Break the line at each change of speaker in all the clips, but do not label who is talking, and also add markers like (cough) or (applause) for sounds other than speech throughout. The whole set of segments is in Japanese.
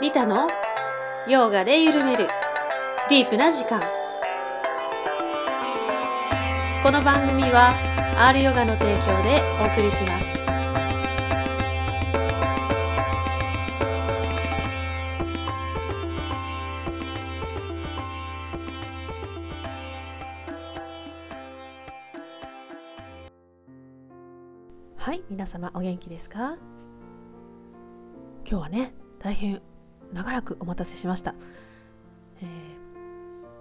リタのヨガで緩めるディープな時間この番組は R ヨガの提供でお送りしますはい皆様お元気ですか今日はね大変長らくお待たせしました、えー、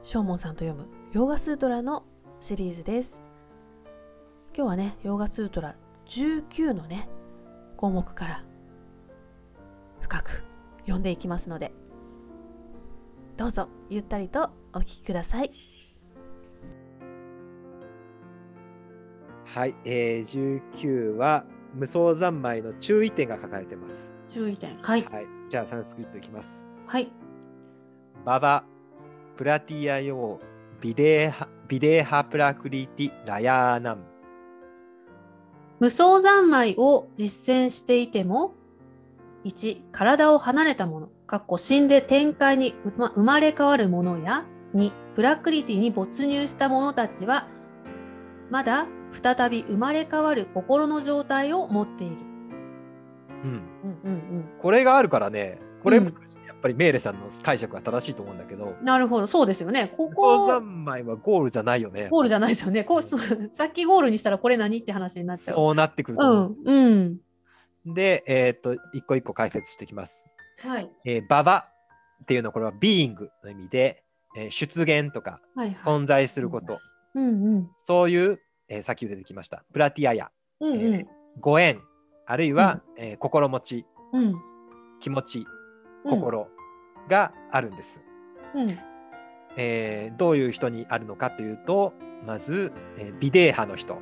正門さんと読むヨーガスートラのシリーズです今日はねヨーガスートラ19のね項目から深く読んでいきますのでどうぞゆったりとお聞きください
はい、えー、19は無双三昧の注意点が書かれてます。
注意点はい
はい、じゃあサンスクリットいきます。
はい
ババ、プラティアヨー、ビデーハ、ビデーハプラクリティ、ナヤーナム。
無双三昧を実践していても、1、体を離れたもの、かっこ死んで展開にうま生まれ変わるものや、2、プラクリティに没入した者たちは、まだ再び生まれ変わる心の状態を持っている。
うん、
うんうん
これがあるからね、これ
うん
もやっぱりメーレさんの解釈が正しいと思うんだけど、
うん。なるほど、そうですよね。こ
無双
こ、
三昧はゴールじゃないよね。
ゴールじゃないですよね。こう、 (laughs) そうさっきゴールにしたらこれ何って話になっちゃう。
そうなってくると
う
思
ん、うん。
う。で、えーっと、一個一個解説していきます。
はい、
えー、ババっていうのはこれはビーイングの意味で、えー出現とか
はい、はい。
存在すること、
うんうん。
そういう、えーさっき出てきましたプラティアや
うんう
え
ん。
ご縁あるいは、えー心持ち
うん。
気持ち
うん。
心があるんです、
うん。
えーどういう人にあるのかというとまず、えービデー派の人、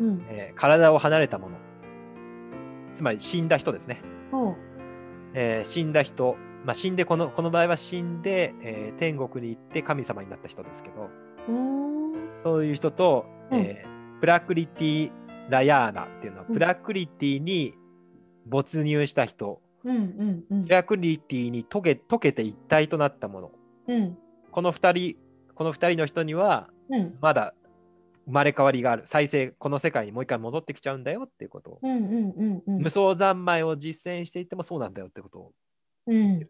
うん。
えー体を離れたものつまり死んだ人ですね、
おう
えー死んだ人、まあ、死んでこのこの場合は死んで、えー天国に行って神様になった人ですけど、
うーん。
そういう人と、
うん
えープラクリティ・ラヤーナっていうのは、
うん
プラクリティに没入した人、
うんうんうん
プラクリティに溶け溶けて一体となったもの。
うん
この二人、この二人の人には、
うん
まだ生まれ変わりがある。再生、この世界にもう一回戻ってきちゃうんだよっていうことを。
うんうんうん
無双三昧を実践していってもそうなんだよってことを。
うん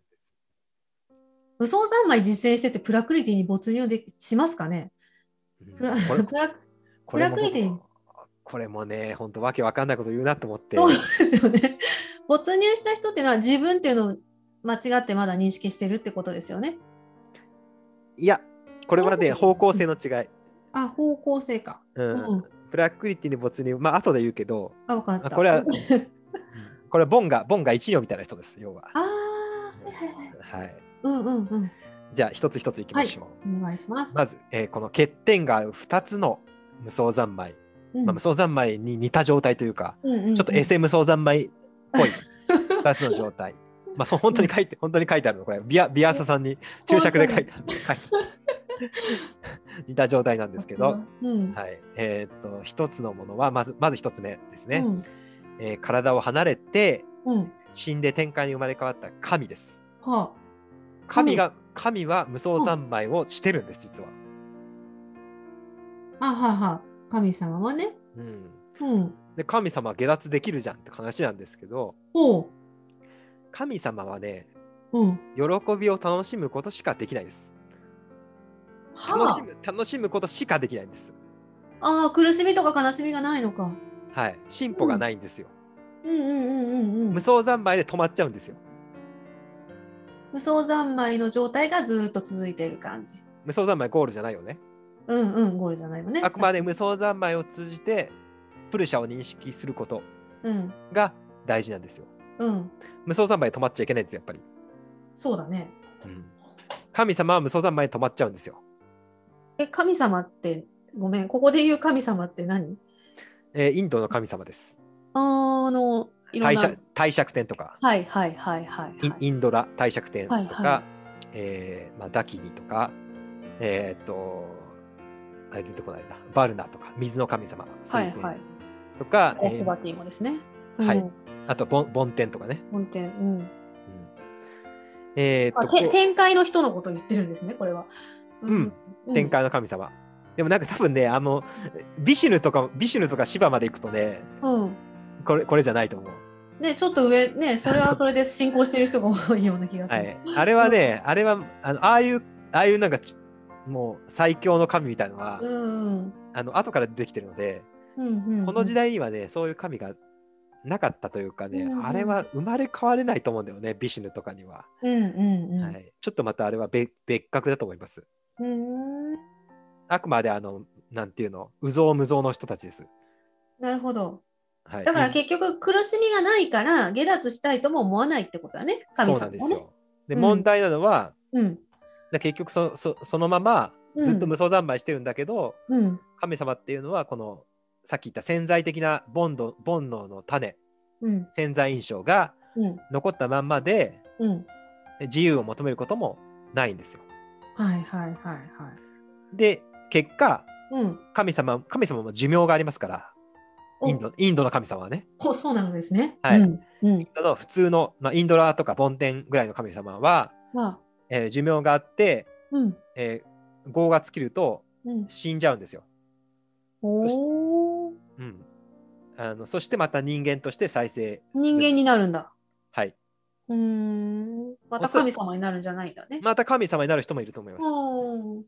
無双三昧実践しててプラクリティに没入でしますかね
うん
プラ
こ
(laughs)
れ
プラ
これ
プラクリティ
もこれもね、本当わけわかんないこと言うなと思って。
そうですよね。 (laughs) 没入した人っていうのは自分っていうのを間違ってまだ認識してるってことですよね。
いや、これはね、
そう
方向性の違い。
あ、方向性か。
うん
うん
ブラックリティに没入、まあ後で言うけど、
あ、分かった。
あこ
(laughs)
れは
あ
これはボンが、ボンが一両みたいな人です、要は。
ー、はいはいはい。
はい。
うんうんうん。
じゃあ、一つ一ついきましょう。
お願いします。
まず、えーこの欠点がある2つの無双三昧、
うん
まあ、無双三昧に似た状態というか、
うんうんうん
ちょっとエセ無双三昧っ
(laughs)
ぽい2つの状態。まあ、そう本当に書いて、本当に書いてあるの、これ、ビアビアーサさんに注釈で書いてある。はい (laughs) 似た状態なんですけど、は。
うん。
い。えーっと、一つのものは、まず、まず一つ目ですね。
うん
えー体を離れて
うん。
死んで天界に生まれ変わった神です。
はあ。
神が、神は無双三昧をしてるんです、実は。
あはあはあ。神様はね。
うん、
うん。
で神様は下脱できるじゃんって話なんですけど
ほ
神様はね
う。うん。
喜びを楽しむことしかできないです。
は
楽
あ
し。む楽しむことしかできないんです。
ああ、苦しみとか悲しみがないのか。
はい、進歩がないんですよ。
うんうんうんうんうん
無。双三昧で止まっちゃうんですよ。
無双三昧の状態がずーっと続いている感じ。
無双三昧ゴールじゃないよね。
うんうん、ゴールじゃないのね。
あくまで無双三昧を通じてプルシャを認識すること
うん
が大事なんですよ。
うん、
無双三昧で止まっちゃいけないんですよ、やっぱり。
そうだね。
神様は無双三昧に止まっちゃうんですよ。
え、神様って、ごめん、ここで言う神様って何
えーインドの神様です。
あーあの、いろん
帝
な
釈。帝釈天とか、
はいはいはいはい、
イン
はい。
インドラ帝釈天とか、
はいは
えーまあ、ダキニとか、えーっと、あれ出てこないな、バルナとか、水の神様、水
はい
天
はい。
とか、
エ
え
ス
ー
バティもですね。
はい
うん
あとボン梵天とかね、
本店。うん。
うんえーっ
あ
と
て
こ
天界の人のことを言ってるんですねこれは。
うんう天界の神様。でもなんか多分ね、あの、ビシュヌとか、ビシュヌとかシバまで行くとね、
うん、
これ、これじゃないと思う。
ねちょっと上ねそれはそれで信仰してる人が多いような気がす
は
る。
い。あれはね、あれは、あの、ああいう、ああいうなんかち、もう最強の神みたいのは、
うん
あの、後から出てきてるので、
うんうん、
この時代にはね、そういう神がなかったというかね、
うんうん
あれは生まれ変われないと思うんだよね、ビシュヌとかには。
代、うんうんうん
はい、ちょっとまたあれは別別格だと思います。
うーん
あくまであの、なんていうの、有造無造の人たちです。
なるほど。
はい、
だから結局苦しみがないから下脱したいとも思わないってことだね神
そう
様
な
は
ん
ね。
ですよ。で、
うん
問題なのは、
うん
だ結局そそそのまま
うん
ずっと無双三昧してるんだけど、
うん
神様っていうのはこのさっき言った潜在的な煩悩煩悩の種
うん
潜在印象が
うん
残ったまんまで
うん
自由を求めることもないんですよ。
はいはいはいはい。
で結果
うん、
神様神様も寿命がありますから
お
インドインドの神様はね
おそうなのですね。
はい
うんうん
ただ普通の、まあ、インドラとか梵天ぐらいの神様は、
まあ
えー寿命があって、
うん
えー業が尽きると
うん、
死んじゃうんですよ。
お
そして
お
うん、あのそしてまた人間として再生する
人間になるんだ。
はい。
うーんまた神様になるんじゃないんだね。
また神様になる人もいると思います。
うん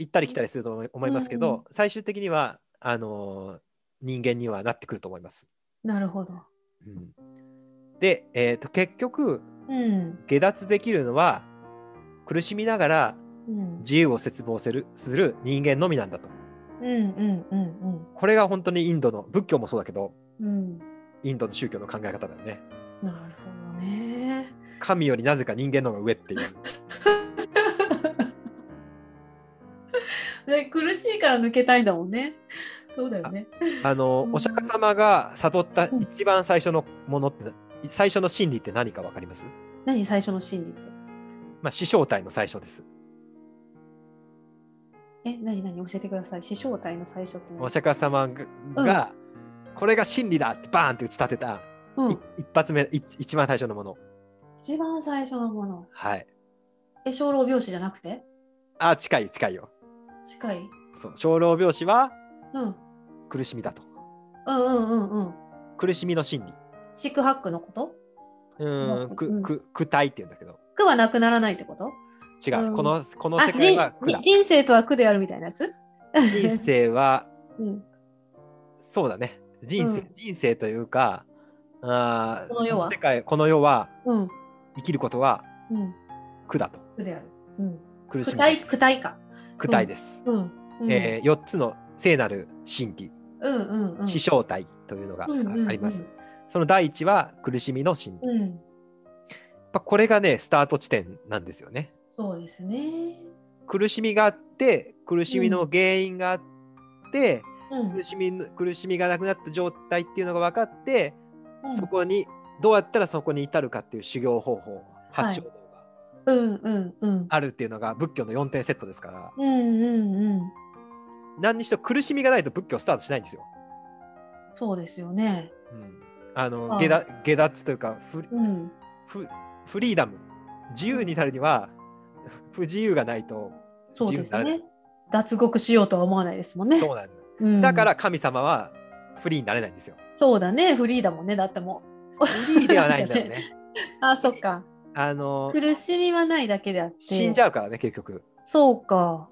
行ったり来たりすると思い思いますけど、
うん
最終的にはあのー人間にはなってくると思います。
なるほど。
うん、で、えーと結局
うん
下脱できるのは苦しみながら
うん
自由を絶望するする人間のみなんだと。
うんうんうん
これが本当にインドの仏教もそうだけど
うんうん
インドの宗教の考え方だよね。
なるほどね。
神よりなぜか人間の方が上
(laughs)
っていう。
で苦しいから抜けたいんだもんね。そうだよね。
あのーお釈迦様が悟った一番最初のものってな最初の真理って何か分かります、
何最初の心理って。
まあ、死生体の最初です。
え何何教えてください。師匠体の最初って何。
お釈迦様が,が、これが真理だってバーンって打ち立てた、
う
い
ん
一発目一一番最初のもの
一番最初のもの。
はい
え小老病死じゃなくて
あ近い近いよ
近い。
そう小老病死は
うん
苦しみだと
うんうんうんうん。
苦しみの真理
四苦八苦のこと
うーん
う
く
ん
く苦体って言うんだけど
苦はなくならないってこと
違う、
うん
このこの
あ
世界は苦
人
だ
人生とは苦であるみたいなやつ
人生は
(laughs) うん、
そうだね人生、
うん
人生というかあー
この世は
世界この世は
うん、
生きることは
うん、
苦だと
苦である。うん、
苦し
苦
みだ
体、苦体か。
苦体です、
うん、うん、
えー、4つの聖なる真理
うん、うん、うん。
死傷体というのがあ
うんうんうん
あります。その第一は苦しみの心理。やっ
うん、
ぱこれがね、スタート地点なんですよね。
そうですね。
苦しみがあって、苦しみの原因があって、
うん、
苦しみの苦しみがなくなった状態っていうのが分かっ
う
て、
ん
そこにどうやったらそこに至るかっていう修行方法、発祥道が
うん、うん、うん。
あるっていうのが仏教の4点セットですから、
うん、うん、うん。
何にしろ苦しみがないと仏教スタートしないんですよ。
そうですよね。
うん、あの
あ
下脱下脱というかフリ
うん、
フフリーダム自由になるには不自由がないと
そうですよ
自由に
ね。脱獄しようとは思わないですもんね。
そうなんだ。
うん
だから、神様はフリーになれない
(laughs)
んですよ。
そうだね。フリーだもんね。だってもう。
フリーではないんだよね。
あ、そっか。
あの
苦しみはないだけであって。
死んじゃうからね結局。
そうか。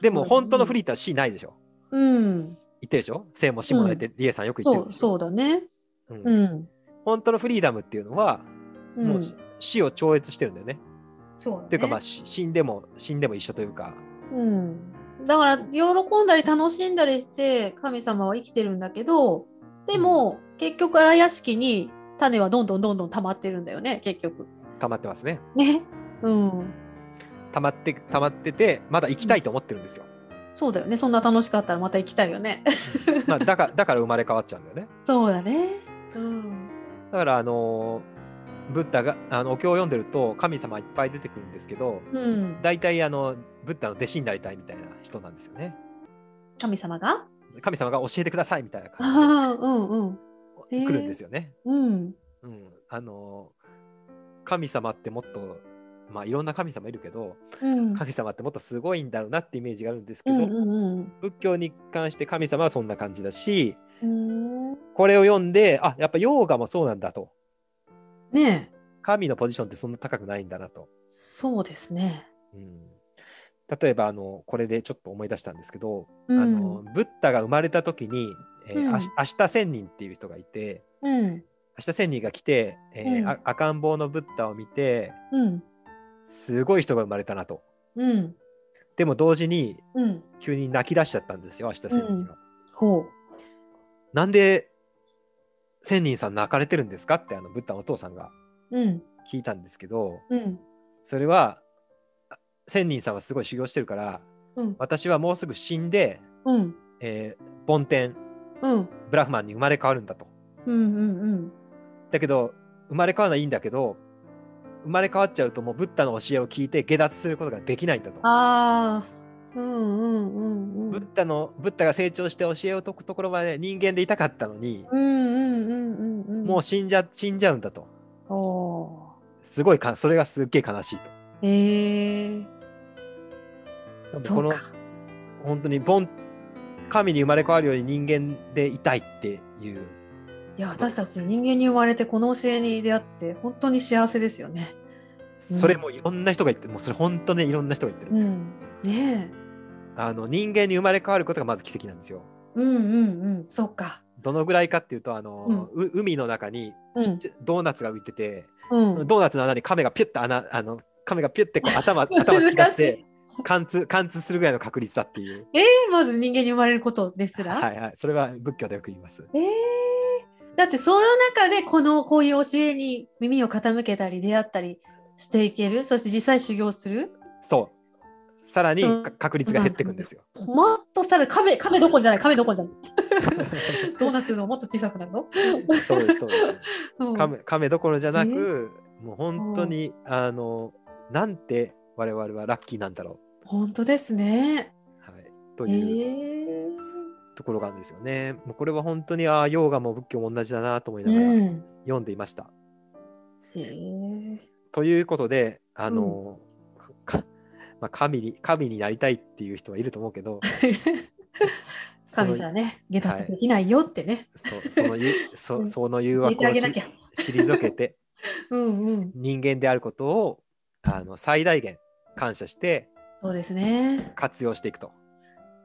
でも本当のフ
リー
リーって死ないでしょ。
うん、
言ってるでしょ。生も死もないってリエさんよく言って
そう
るでし
そ
ょ。
うだね。
うん
うん、
本当のフリーダムっていうのは
うん、
もう死を超越してるんだよね。
そうだね
っていうかまあし死んでも死んでも一緒というか。
うん、だから喜んだり楽しんだりして神様は生きてるんだけどでも結局荒屋敷に種はどんどんどんどん溜まってるんだよね結局
溜まってますね。
ねうん
溜まって溜まっててまだ生きたいと思ってるんです
(laughs)
よ。
そうだよねそんな楽しかったらまた行きたいよね
まあだからだから生まれ変わっちゃうんだよね。
そうだねうん
だからあのブッダがあのお経を読んでると神様いっぱい出てくるんですけど、
うん
大体あのブッダの弟子になりたいみたいな人なんですよね。
神様が
神様が教えてくださいみたいな感
ああうんうん
じ
へ
で
ー
来るんですよね。
うん
うん、あの神様ってもっとまあいろんな神様いるけど
うん
神様ってもっとすごいんだろうなってイメージがあるんですけ
う
ど、
んうん
仏教に関して神様はそんな感じだし
うん。
これを読んであやっぱヨーガもそうなんだと
ねえ、
神のポジションってそんな高くないんだなと。
そうですね。
うん例えばあのこれでちょっと思い出したんですけど、
うん
あのブッダが生まれた時に、えー
うん
あし明日仙人っていう人がいて
うん。
明日仙人が来て、えー
うん
あ赤ん坊のブッダを見て
うん。
すごい人が生まれたなと
うん。
でも同時に
うん。
急に泣き出しちゃったんですよ明日仙人が、
うんほ
なんで仙人さん泣かれてるんですかってあのブッダのお父さんが
う。うん。
聞いたんですけど
うん。
それはあ仙人さんはすごい修行してるから
うん。
私はもうすぐ死んで、
うん。
えー、梵天
うん。
ブラフマンに生まれ変わるんだと。
うん。うん。
だけど生まれ変わるのはいいんだけど生まれ変わっちゃうともうブッダの教えを聞いて下脱することができないんだと。
ああ。うん。うん。うん。う
ブ
ん
ッ。ダのブッダが成長して教えを解くところまで人間でいたかったのに、
うん。うん。うん。うん。
もう死んじゃ死んじゃうんだと。
うん。お
すごいかそれがすっげえ悲しいと。
ー。ええ。
でも
そ
こ
う
の
か。
本当にボン神に生まれ変わるより人間でいたいっていう
いや、私たち人間に生まれて、この教えに出会って、本当に幸せですよね。
それもいろんな人が言ってるもうそれ本当にいろんな人が言ってる、
うん。ねえ。
あの人間に生まれ変わることがまず奇跡なんですよ
うん。うん。うん。そっか。
どのぐらいかっていうとあの、
うん
う海の中に
うん
ちっちゃいドーナツが浮いてて、
うん。
ドーナツの穴に亀がピュッと穴あの亀がピュッて
(laughs)
こう頭頭突き出して貫通貫通するぐらいの確率だっていう
ええ、まず人間に生まれることですら。
はいはいそれは仏教でよく言います
えー、だってその中でこのこういう教えに耳を傾けたり出会ったりしていけるそして実際修行する
そうさらに
うん
か確率が減ってくんですよ
もっとさら亀亀どころじゃない亀どころ
(laughs)
じゃないドーナツのもっと小さくなるぞ、
そうですそうです
うん、
亀亀どころじゃなく、もう本当に、あのなんて我々はラッキーなんだろ
本当ですね
う、はい、と
え
いう
ー
ところがあるんですよね。もうこれは本当にああヨーガも仏教も同じだなと思いな
う
がら
ん
読んでいました。
えー
ということであの、か (laughs) まあ、神に神になりたいっていう人はいると思う
(laughs)
けどその
神じゃね下脱できないよってね、
そそ
(laughs)
のゆ
う
そ
ん
その誘
教え
惑
てあ
を
げ
し
なきゃ (laughs)
退けて
うんうん
人間であることをあの最大限感謝して
そうですね
活用していくと。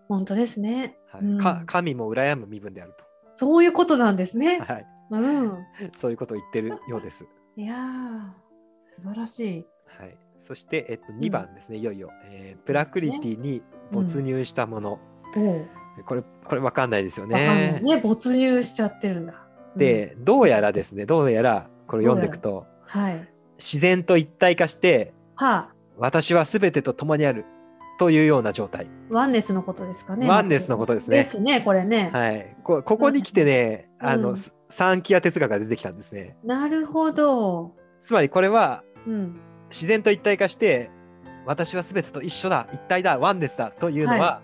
本当ですね、
はい
うん
か神も羨む身分である
そういうことなんですね (laughs)
と、、はい、
うん
そういうことを言ってるようです。
いやー素晴らしい
はい、そして、えっと、2番ですね、いよいよ、えープラクリティに没入したもの、
おう
これこれわかんないですよ
わかんない
ね。
ね没入しちゃってるんだ。
でどうやらですねどうやらこれ読んでいくと
うん、はい。
自然と一体化して
はあ、
私は全てと共にあるというような状態。
ワンネスのことですかね。
ワンネスのことですね
ですね、これね。
はい、こここに来てね、
うん
あ
う
の
ん
すサンキア哲学が出てきたんですね。
なるほど。
つまりこれは
うん。
自然と一体化して私は全てと一緒だ一体だワンネスだというのは、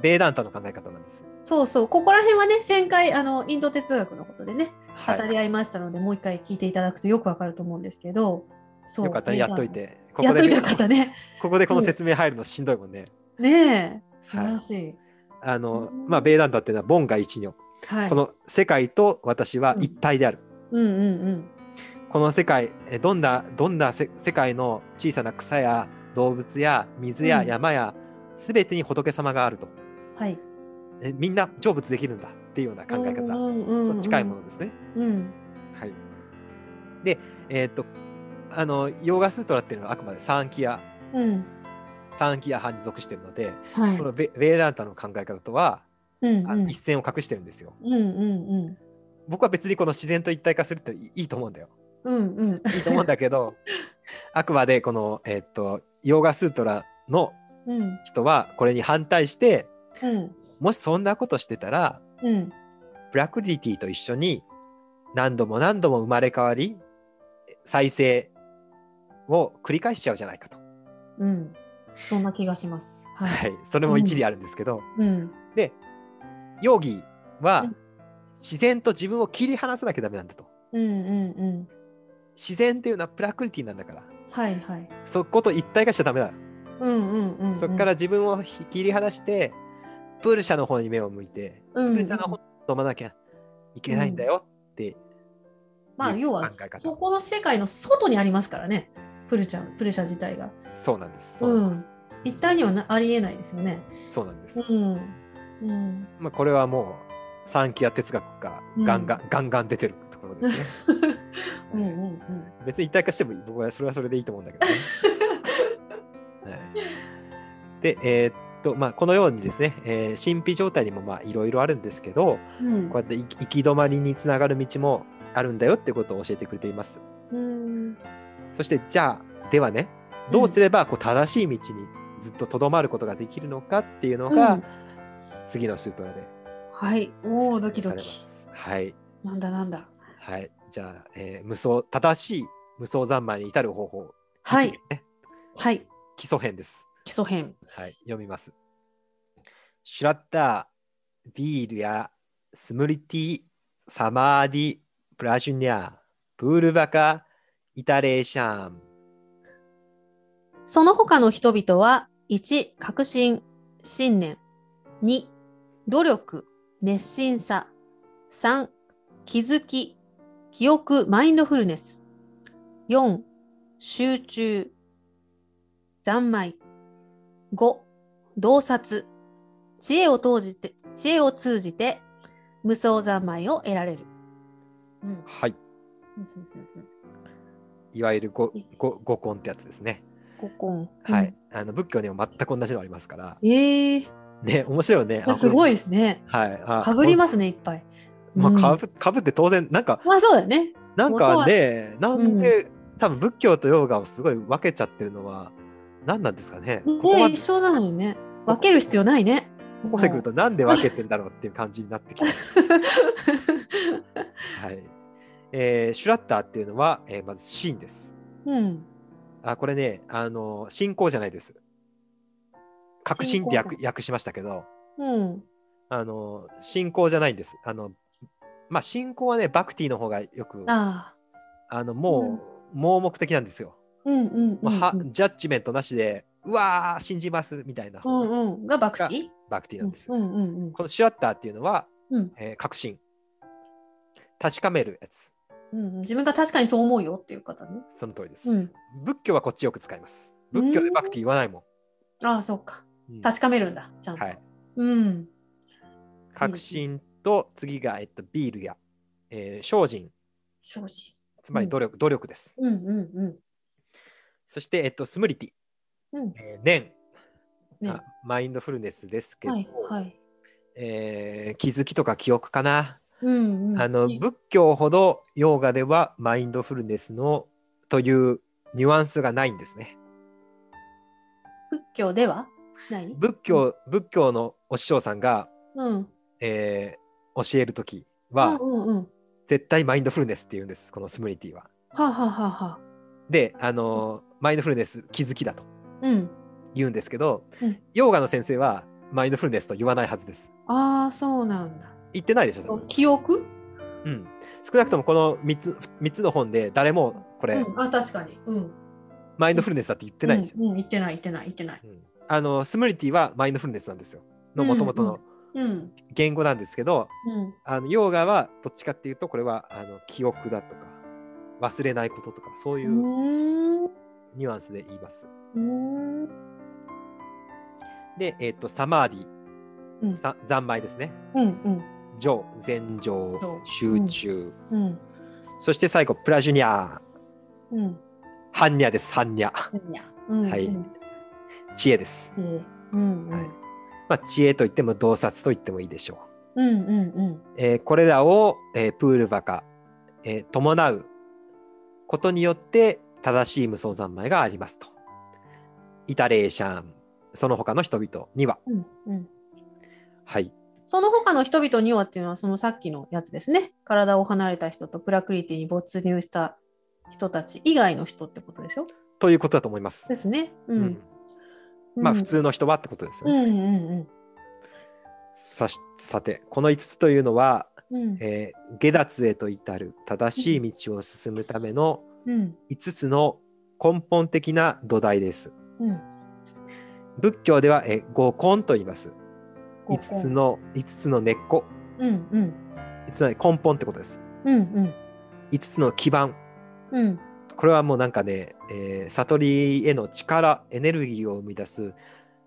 ベーダンタの考え方なんです。
そうそう。ここら辺はね、前回あのインド哲学のことでね、
は
語り合いましたので、もう一回聞いていただくとよくわかると思うんですけど。そう
よかったねやっとい。てこ
や
こ
っと
で
いてよかったね。 (laughs)
ここでこの説明入るのしんどいもんね。
ねえ、素晴らしい。
あの
うん
まあベーダンタっていうのはボンが一如
はい。
この世界と私は一体である。
うんうんうん。
この世界えどんなどんなせ世界の小さな草や動物や水や
うん
山や全てに仏様があると
はい。
えみんな成仏できるんだっていうような考え方
うんうんうん
と近いものですね。
うん。
はい、でえーっとあのヨーガスートラっていうのはあくまでサンキア
うん。
サンキア派に属しているので、
はい
こ。のベベーダンタの考え方とは、
うん
あ
うん。
一線を隠してるんですよ。
うんうん
僕は別にこの自然と一体化するっていいいと思うんだよ。
うん。うんうん。
いいと思うんだけどあくまでこの、えーっとヨーガスートラの
うん
人はこれに反対して
うん
もしそんなことしてたら
うん
ブラックリティと一緒に何度も何度も生まれ変わり再生を繰り返しちゃうじゃないかと、
うんそんな気がします。は。
はい (laughs) い、それも一理あるんですけど、
うん
でヨーギー
う
は
ん
自然と自分を切り離さなきゃダメなんだと
うんうんうん
自然っていうのはプラクリティなんだから
はいはい。
そこと一体化しちゃダメだ。
うんうんうん、うん。
そこから、自分をひ切り離して、プール社の方に目を向いて、
う
プ
ん
ール社の方に飲まなきゃいけないんだよって、
まあ、
いう
要は
考え方
そこの世界の外にありますからね。プルちゃん、プルシャ自体が。
そうなんです。そう
う
なんです。
ん。一体にはなありえないですよね。
そうなんです
うん。うん。
まあ、これはもう、サンキア哲学がガンガン、ガンガン出てるところですね。
(laughs) うんうんうん。
別に一体化しても僕はそれはそれでいいと思うんだ
(laughs)
けど、ねはい、で、えーっとまあ、このようにですね、えー神秘状態にもまあいろいろあるんですけど
うん
こうやって行き行き止まりにつながる道もあるんだよってことを教えてくれています
うん
そしてじゃあではねどうすればこう正しい道にずっととどまることができるのかっていうのが、
うん
次のスートラで
はい。おお、ドキド
されま
キ。
す。はい、
なんだなんだ。
はい、じゃあ、えー無双正しい無双三昧に至る方法、
は
一
い
行。ね
はい。
基礎編です。
基礎編。
はい、読みます。シュラッター、ビールやスムリティ、サマーディ、プラジュニャー、プールバカ、イタレーシャン。
その他の人々は、1、革新、信念。2、努力、熱心さ。3、気づき、記憶、マインドフルネス。4、集中、三昧。5、洞察、知恵を投じて、知恵を通じて、無双三昧を得られる。
(laughs)
うん。
はい。いわゆるごご五根ってやつですね。
五根。
はい。。あの仏教にも全く同じのありますから。
ええ
ね、面白いよね。あ
すごい
こ
ですね。
れはい。あ
かぶりますね、いっぱい。
まあ、
うん
かぶかぶって当然、なんか、
まあそうだよね。
なんかね、なんで、多分仏教とヨガをすごい分けちゃってるのは、何なんですかね。ここま
ね
で
一緒なのにね。分ける必要ないね。
ここまで来るとなんで分けてんだろうっていう感じになってきます。 (laughs) はいえーシュラッターっていうのは、えーまずシーンです。
うん。
あこれね、あの信仰じゃないです。確信って訳訳しましたけど、
うん。
あの信仰じゃないんです。あのまあ、信仰はね、バクティの方がよく、あ
ああ。
のもう、盲目的なんですよ。
うんうんう。
もうんはジャッジメントなしで、うわー、信じますみたいな
うん
方が
うん。がバクティ
バクティなんです。
うんうん
このシュラッターっていうのは、
うん
えー確信。確かめるやつ。
うんうん。自分が確かにそう思うよっていう方ね。
その通りです。
うん。
仏教はこっちよく使います。仏教でバクティ言わないも
ああ、そうか。
ん。
確かめるんだ。ちゃんと。
はい。
うん。
確信と次が、えっと、ビールや、えー精進、
正直。
つまり努力,、努力です。
うんうんうん。
そして、えっと、スムリティ、
うん。
えー念、
ね。
あマインドフルネスですけど、
はいはい。
えー気づきとか記憶かな。
うんうん。
あの
ね
仏教ほどヨーガではマインドフルネスのというニュアンスがないんですね。
仏教ではない
仏教仏教のお師匠さんが、
うん。
えー教えるときは、
うんうんうん。
絶対マインドフルネスって言うんです、このスムリティは。
はあはあはあはあ。
で、あのーマインドフルネス気づきだと
うん。
言うんですけど、
うん
ヨーガの先生はマインドフルネスと言わないはずです。
ああ、そうなんだ。
言ってないでしょ、多分
記憶
うん。少なくともこの3つ ,3 つの本で誰もこれ、
うん、あ確かに。うん。
マインドフルネスだって言ってないでしょ。
うん、うん言ってない、言ってない、言ってない。
うんあのースムリティはマインドフルネスなんですよ。の元々の
うん。
言語なんですけど、
うん。
あのヨーガはどっちかっていうとこれはあの記憶だとか忘れないこととかそう
う。
いううんニュアンスで言います。
うん。
で、えっとサマーディ、
うん
さ三昧ですね。
うん。
上、禅上
上、
集中、
うん。
そして最後、プラジュニャー、
うん。
ハンニャです、ハンニャ。
うん。
はい
うん。
知恵です。
うん。
はいまあ、知恵といっても洞察といってもいいでしょ
うん。うん。うん。
う。えーこれらを、えープールバカ、えー伴うことによって正しい無双三昧がありますと。イタレーシャン、その他の人々には。
うん。うん。
はい。
その他の人々にはっていうのは、そのさっきのやつですね。体を離れた人とプラクリティに没入した人たち以外の人ってことでしょ
ということだと思います
で。すね。う。
うんまあ、普。通の人はってことですよ
うん
ね。
うん
さしさて、この5つというのは、
うん。うん。
えー下脱へと至る正しい道を進むための
うん。
5つの根本的な土台です。
うん。
仏教ではえ五根と言います。
五根
五つの五つの根っこ、
うんうん。
つまり根本ってことです。
うん
五つの基盤。
うん。うん。
これはもうなんかね、えー悟りへの力、エネルギーを生み出す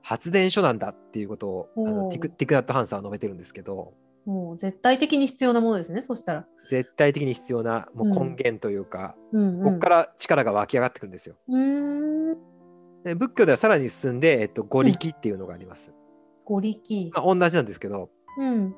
発電所なんだっていうことをあ
お
の
ー
ティクティクナット・ハンさんは述べてるんですけど、
もう絶対的に必要なものですね、そしたら。
絶対的に必要なもう
うん
根源というか、
うん、うん。
ここから力が湧き上がってくるんですよ。
うーん。
で仏教ではさらに進んで、えっと、五力っていうのがあります。
五力。
まあ、同じなんですけど、
うん。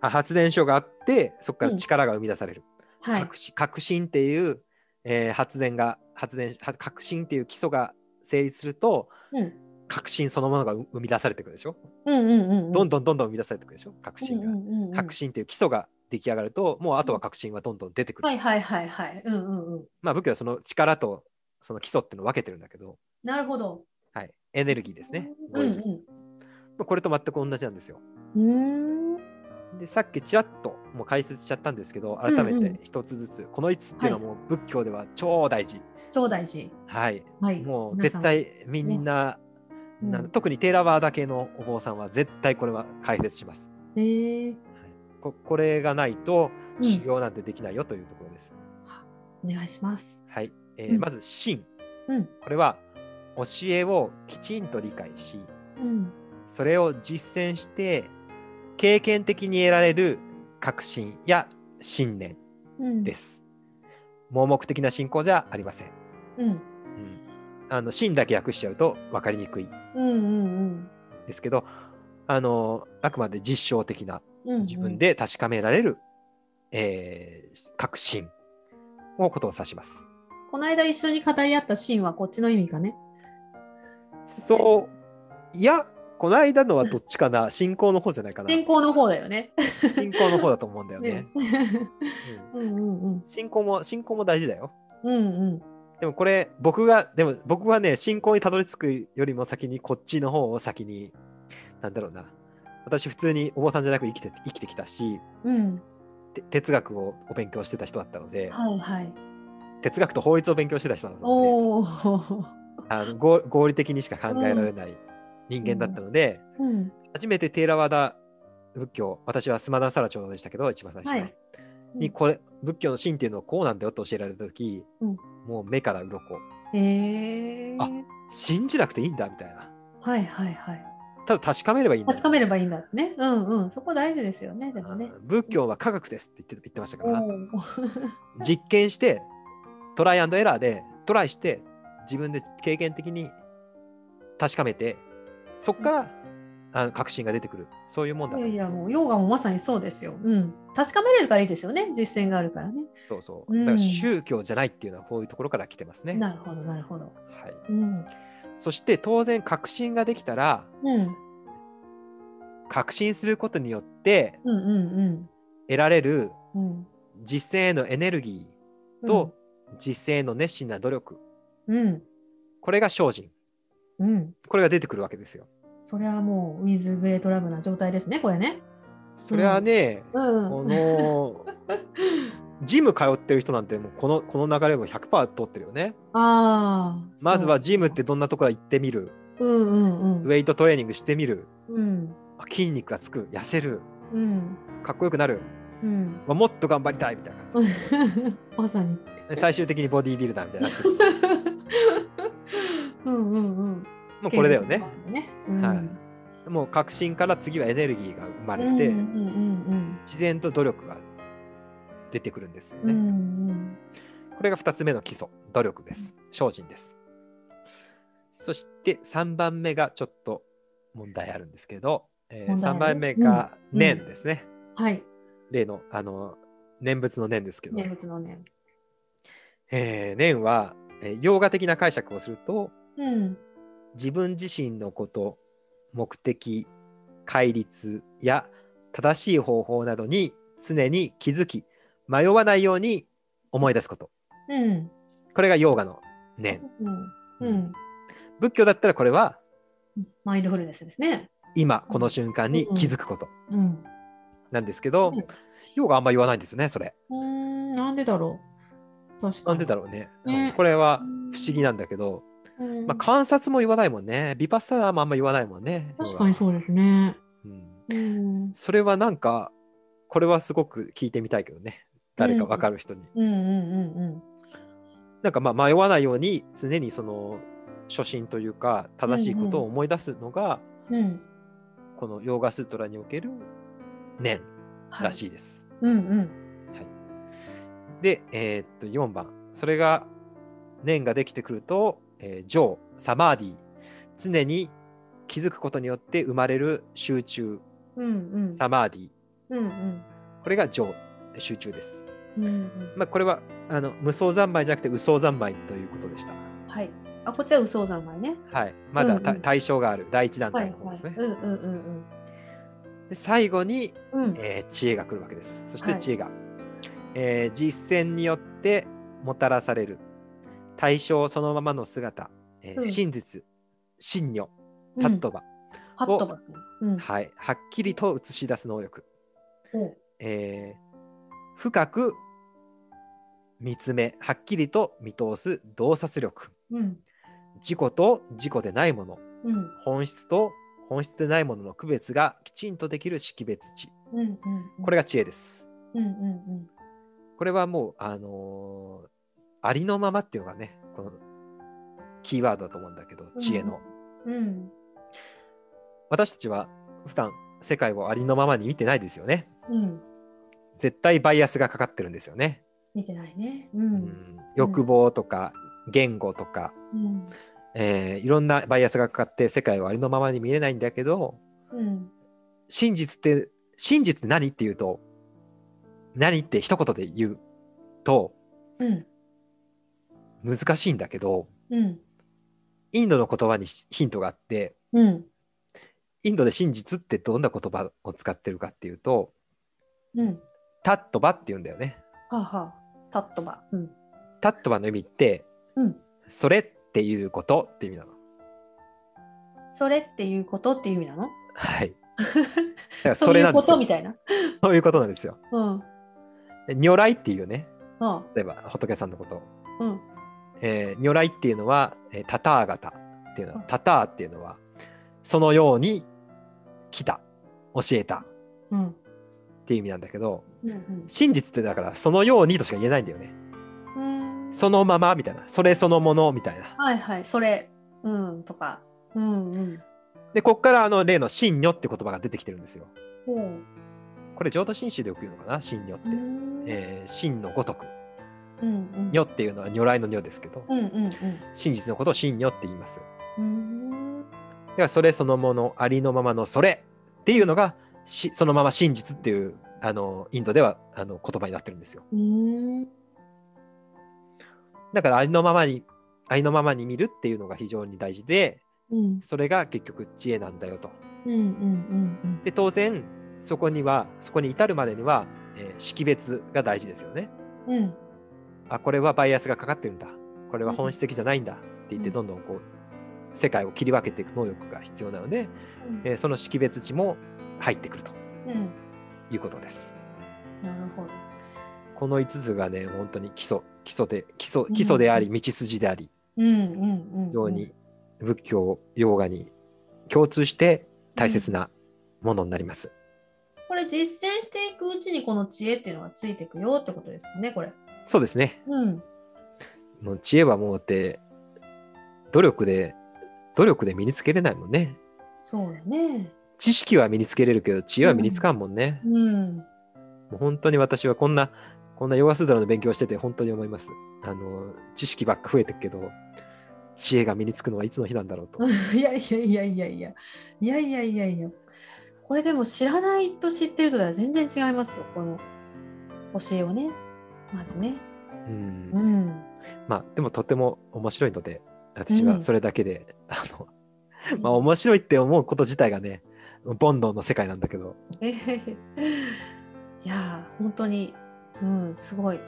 あ発電所があって、そこから力が生み出される。
はい。
革新革新っていう、えー発電が発電は革新っていう基礎が成立すると
うん。
革新そのものが生生み出されてくるでしょ、
うんうんうんうん。
どん
ん
どんどんどん生み出されてくるでしょ革新が、
うんうんうんうん、
革新っていう基礎が出来上がるともうあとは革新はどんどん出てくる、
はいはいはいはい。うんうんうん。
まあ仏教はその力とその基礎っていうのを分けてるんだけど、
なるほど。
はい、エネルギーですね、
うんうん。
まあこれと全く同じなんですよ
うーん。
でさっきちらっともう解説しちゃったんですけど改め
うんう
て
ん
一つずつ、この5つっていうのはもう仏教では超大事
超大事。
はい
はい。
もう
皆
絶
さん。
対みんな、
うん
なん特にテーラワーだけのお坊さんは絶対これは解説します。
えー
ここれがないと
うん
修行なんてできないよというところです。
お願いします。
はい、えー
うん
まず真
うん
これは教えをきちんと理解し
うん
それを実践して経験的に得られる確信や信念
うん。
です。盲目的な信仰じゃありません。
うん
うん、あの真だけ訳しちゃうと分かりにくい
うんうん
ですけどあのあくまで実証的な
うんうん。
自分。で確かめられる、えー確信をことを指します。
この間一緒に語り合ったシーンはこっちの意味かね。
そういやこの間のはどっちかな信仰の方じゃないかな
天候の方だよね。
信仰の方だと思うんだよね。。うん
(laughs) うんうんうん
信仰も信仰も大事だよ。
うん
でもこれ僕がでも僕はね信仰にたどり着くよりも先にこっちの方を先になんだろうな私普通にお坊さんじゃなく生きて生きてきたし
うんうん。
て哲学をお勉強してた人だったので
はいはい。
哲学と法律を勉強してた人なので
おお。
あの合合理的にしか考えられない人間だったので、
うん
初めてテーラワダ仏教私はスマダンサラ長でしたけど一番最初は、
はいうん
にこれ仏教の真っていうのはこうなんだよって教えられた時、
うん
もう目から鱗
ええ。
あ信じなくていいんだみたいな
はいはいはい。
ただ確かめればいいんだ
確かめればいいんだね。うんうん。そこ大事ですよね。でもね
あ。ー仏教は科学ですって言って言ってましたか
お
ら
ー
実験してトライアンドエラーでトライして自分で経験的に確かめてそこからあの確信が出てくるそういうもんだ
い
と
や
思う
いやもうヨガもまさにそうですよ。うん。確かめれるからいいですよね。実践があるからね。
そうそうう。
ん
だから宗教じゃないっていうのはこういうところから来てますね。
なるほどなるほど。
はい、
うん
そして当然確信ができたら
うん
確信することによって
うんうん
得られる
うんうん。
実践へのエネルギーと実践への熱心な努力、
うん
これが精進
うん。
これが出てくるわけですよ。
それはもうウィズグレートラブな状態ですね。これね。
それはね、
うん。
このジム通ってる人なんてもうこのこの流れも100%通ってるよね。
ああ。
まずは
そ
ジムってどんなところ行ってみる
う。うんうんう
ウ
ん。
ェイトトレーニングしてみる
うん
あ筋肉がつく痩せる
うん
かっこよくなる
うん。
まあもっと頑張りたいみたいな感
(laughs) まさ
(laughs)
に。
じで最終的にボディービルダーみたいになってる
うんうんうん。
もうこれだよ
(laughs)
ね。
うん。
はいもう確信から次はエネルギーが生まれて、
うんうん
自然と努力が出てくるんですよ
うんうん。うん
ね、
うん。
これが2つ目の基礎努力です精進ですそして3番目がちょっと問題あるんですけど、え
問題あ
3
る
番目が
うん
念ですね、
はい。
例のあの念仏の念ですけど、
念仏の念。
えー念は、えー洋画的な解釈をすると
うん。
自分自身のこと目的戒律や正しい方法などに常に気づき迷わないように思い出すこと
うん。
これがヨーガの念
うん。うん。
仏教だったらこれは
マインドフルネスですね。
今この瞬間に気づくこと
うん。
なんですけど、
うん
ヨーガあんま言わないんですよねそれ
うーん、なんでだろう。確か
なん
に。
でだろうね。
ね
うんこれは不思議なんだけど、
うん
まあ、観察も言わないもんね。ビパッサナーもあんま言わないもんね。
確かにそうですね。う
うん
ん
それはなんか、これはすごく聞いてみたいけどね。誰かわかる人に。
うんうんうん
なんかまあ迷わないように常にその初心というか正しいことを思い出すのが、
うん。うん。
このヨーガスートラにおける念
は
らしいです。
うんうん。
で、えーっと4番それが念ができてくると、えー、ジョーサマーディ常に気づくことによって生まれる集中
うんうん。
サマーディ
うんうん。
これがジョー集中です。
うんうん。
まあ、これはあの無双三昧じゃなくて無双三昧ということでした。
はい。あ、こっちは嘘三昧ね。
はい、まだた
うんうん
対象がある第一段
は
階
い
の方
は
で
い
す。ね。
うんうんうん
で最後に
うん。うん。
えー知恵が来るわけです。そして
はい
知恵が、えー実践によってもたらされる対象そのままの姿、えー
うん
真実、真如、タットバ、
ハットバス。うん。
はい、はっきりと映し出す能力、
お
えー深く見つめ、はっきりと見通す洞察力、
うん。
自己と自己でないもの、
うん。
本質と本質でないものの区別がきちんとできる識別値、
うんうん。
これが知恵です。
うんうん
これはもう、あのーありのままっていうのがね、このキーワードだと思うんだけど、知恵の。
うん。うん。
私たちは普段世界をありのままに見てないですよね。
うん。
絶対バイアスがかかってるんですよね。
見てないね。うん。
うん欲望とか言語とか、
うん。
えーいろんなバイアスがかかって世界をありのままに見れないんだけど、
うん。
真実って、真実って何って言うと、何って一言で言うと
うん。
難しいんだけど、
うん。
インドの言葉にヒントがあって、
うん。
インドで真実ってどんな言葉を使ってるかっていうと、
うん。
タットバって言うんだよね。
はあはあ。タットバ。うん。
タットバの意味って、
うん。
それっていうことって意味なの。
それっていうことっていう意味なの
はい。だから
そ
そうれ
い
な
うん
で
こ
す
と
よ。そう
み
いう
たいな。
ことなんですよ。
うん。
で如来っていうよね。
あ
例えば仏さんのこと。
うん。
えー如来っていうのは、えータターガタっていうのは、タターっていうのは、そのように来た、教えたっ
うん。
ていう意味なんだけど、
うん。
真実ってだからそのようにとしか言えないんだよね。
うん。
そのままみたいな。それそのものみたいな。
はいはい。それ。うん。とか。うんうん。
で、こっからあの例の真如って言葉が出てきてるんですよ。
ほう。
これ浄土真宗でよく言うのかな真如って。
うん。
えー真のごとく。
うん。
如っていうのは如来の如ですけど、
うんうん
真実のことを真如って言います。
うん。
だからそれそのもの、ありのままのそれっていうのが、しそのまま真実っていう、あの、インドではあの言葉になってるんですよ。
うん。
だからありのままに、ありのままに見るっていうのが非常に大事で、
うん。
それが結局知恵なんだよと。
うんうんうん
で、当然、そこには、そこに至るまでには、えー識別が大事ですよね。
うん。うん。
あこれはバイアスがかかってるんだこれは本質的じゃないんだって言って
うん
どんどんこう世界を切り分けていく能力が必要なので、えーその識別値も入ってくると
うん。
いうことです。
なるほど。
この5つがね本当に基礎基礎で基礎
うん
基礎であり道筋であり
うんうんうん。
ように。仏教ヨガに共通して大切なものになります。
これ実践していくうちにこの知恵っていうのがついていくよってことですかね、これ。
そうですね。
うん。
もう知恵はもうだって努力で努力で身につけれないもんね。
そうだね。
知識は身につけれるけど知恵は身につかんもんね。
うん。
もう本当に私はこんな、こんなヨガスードラの勉強してて本当に思います。あの、知識ばっか増えてくけど、知恵が身につくのはいつの日なんだろうと。
いやいやいやいやいや。いやいやいやいや。これでも知らないと知ってるとでは全然違いますよ、この教えをね。まずね。
うん
う。ん。
まあ、でもとても面白いので、私
う
は
ん
それだけで、あの、まあ面白いって思うこと自体がね、ボンドの世界なんだけど、
えへへ (laughs) いやー本当に、うん、すごい。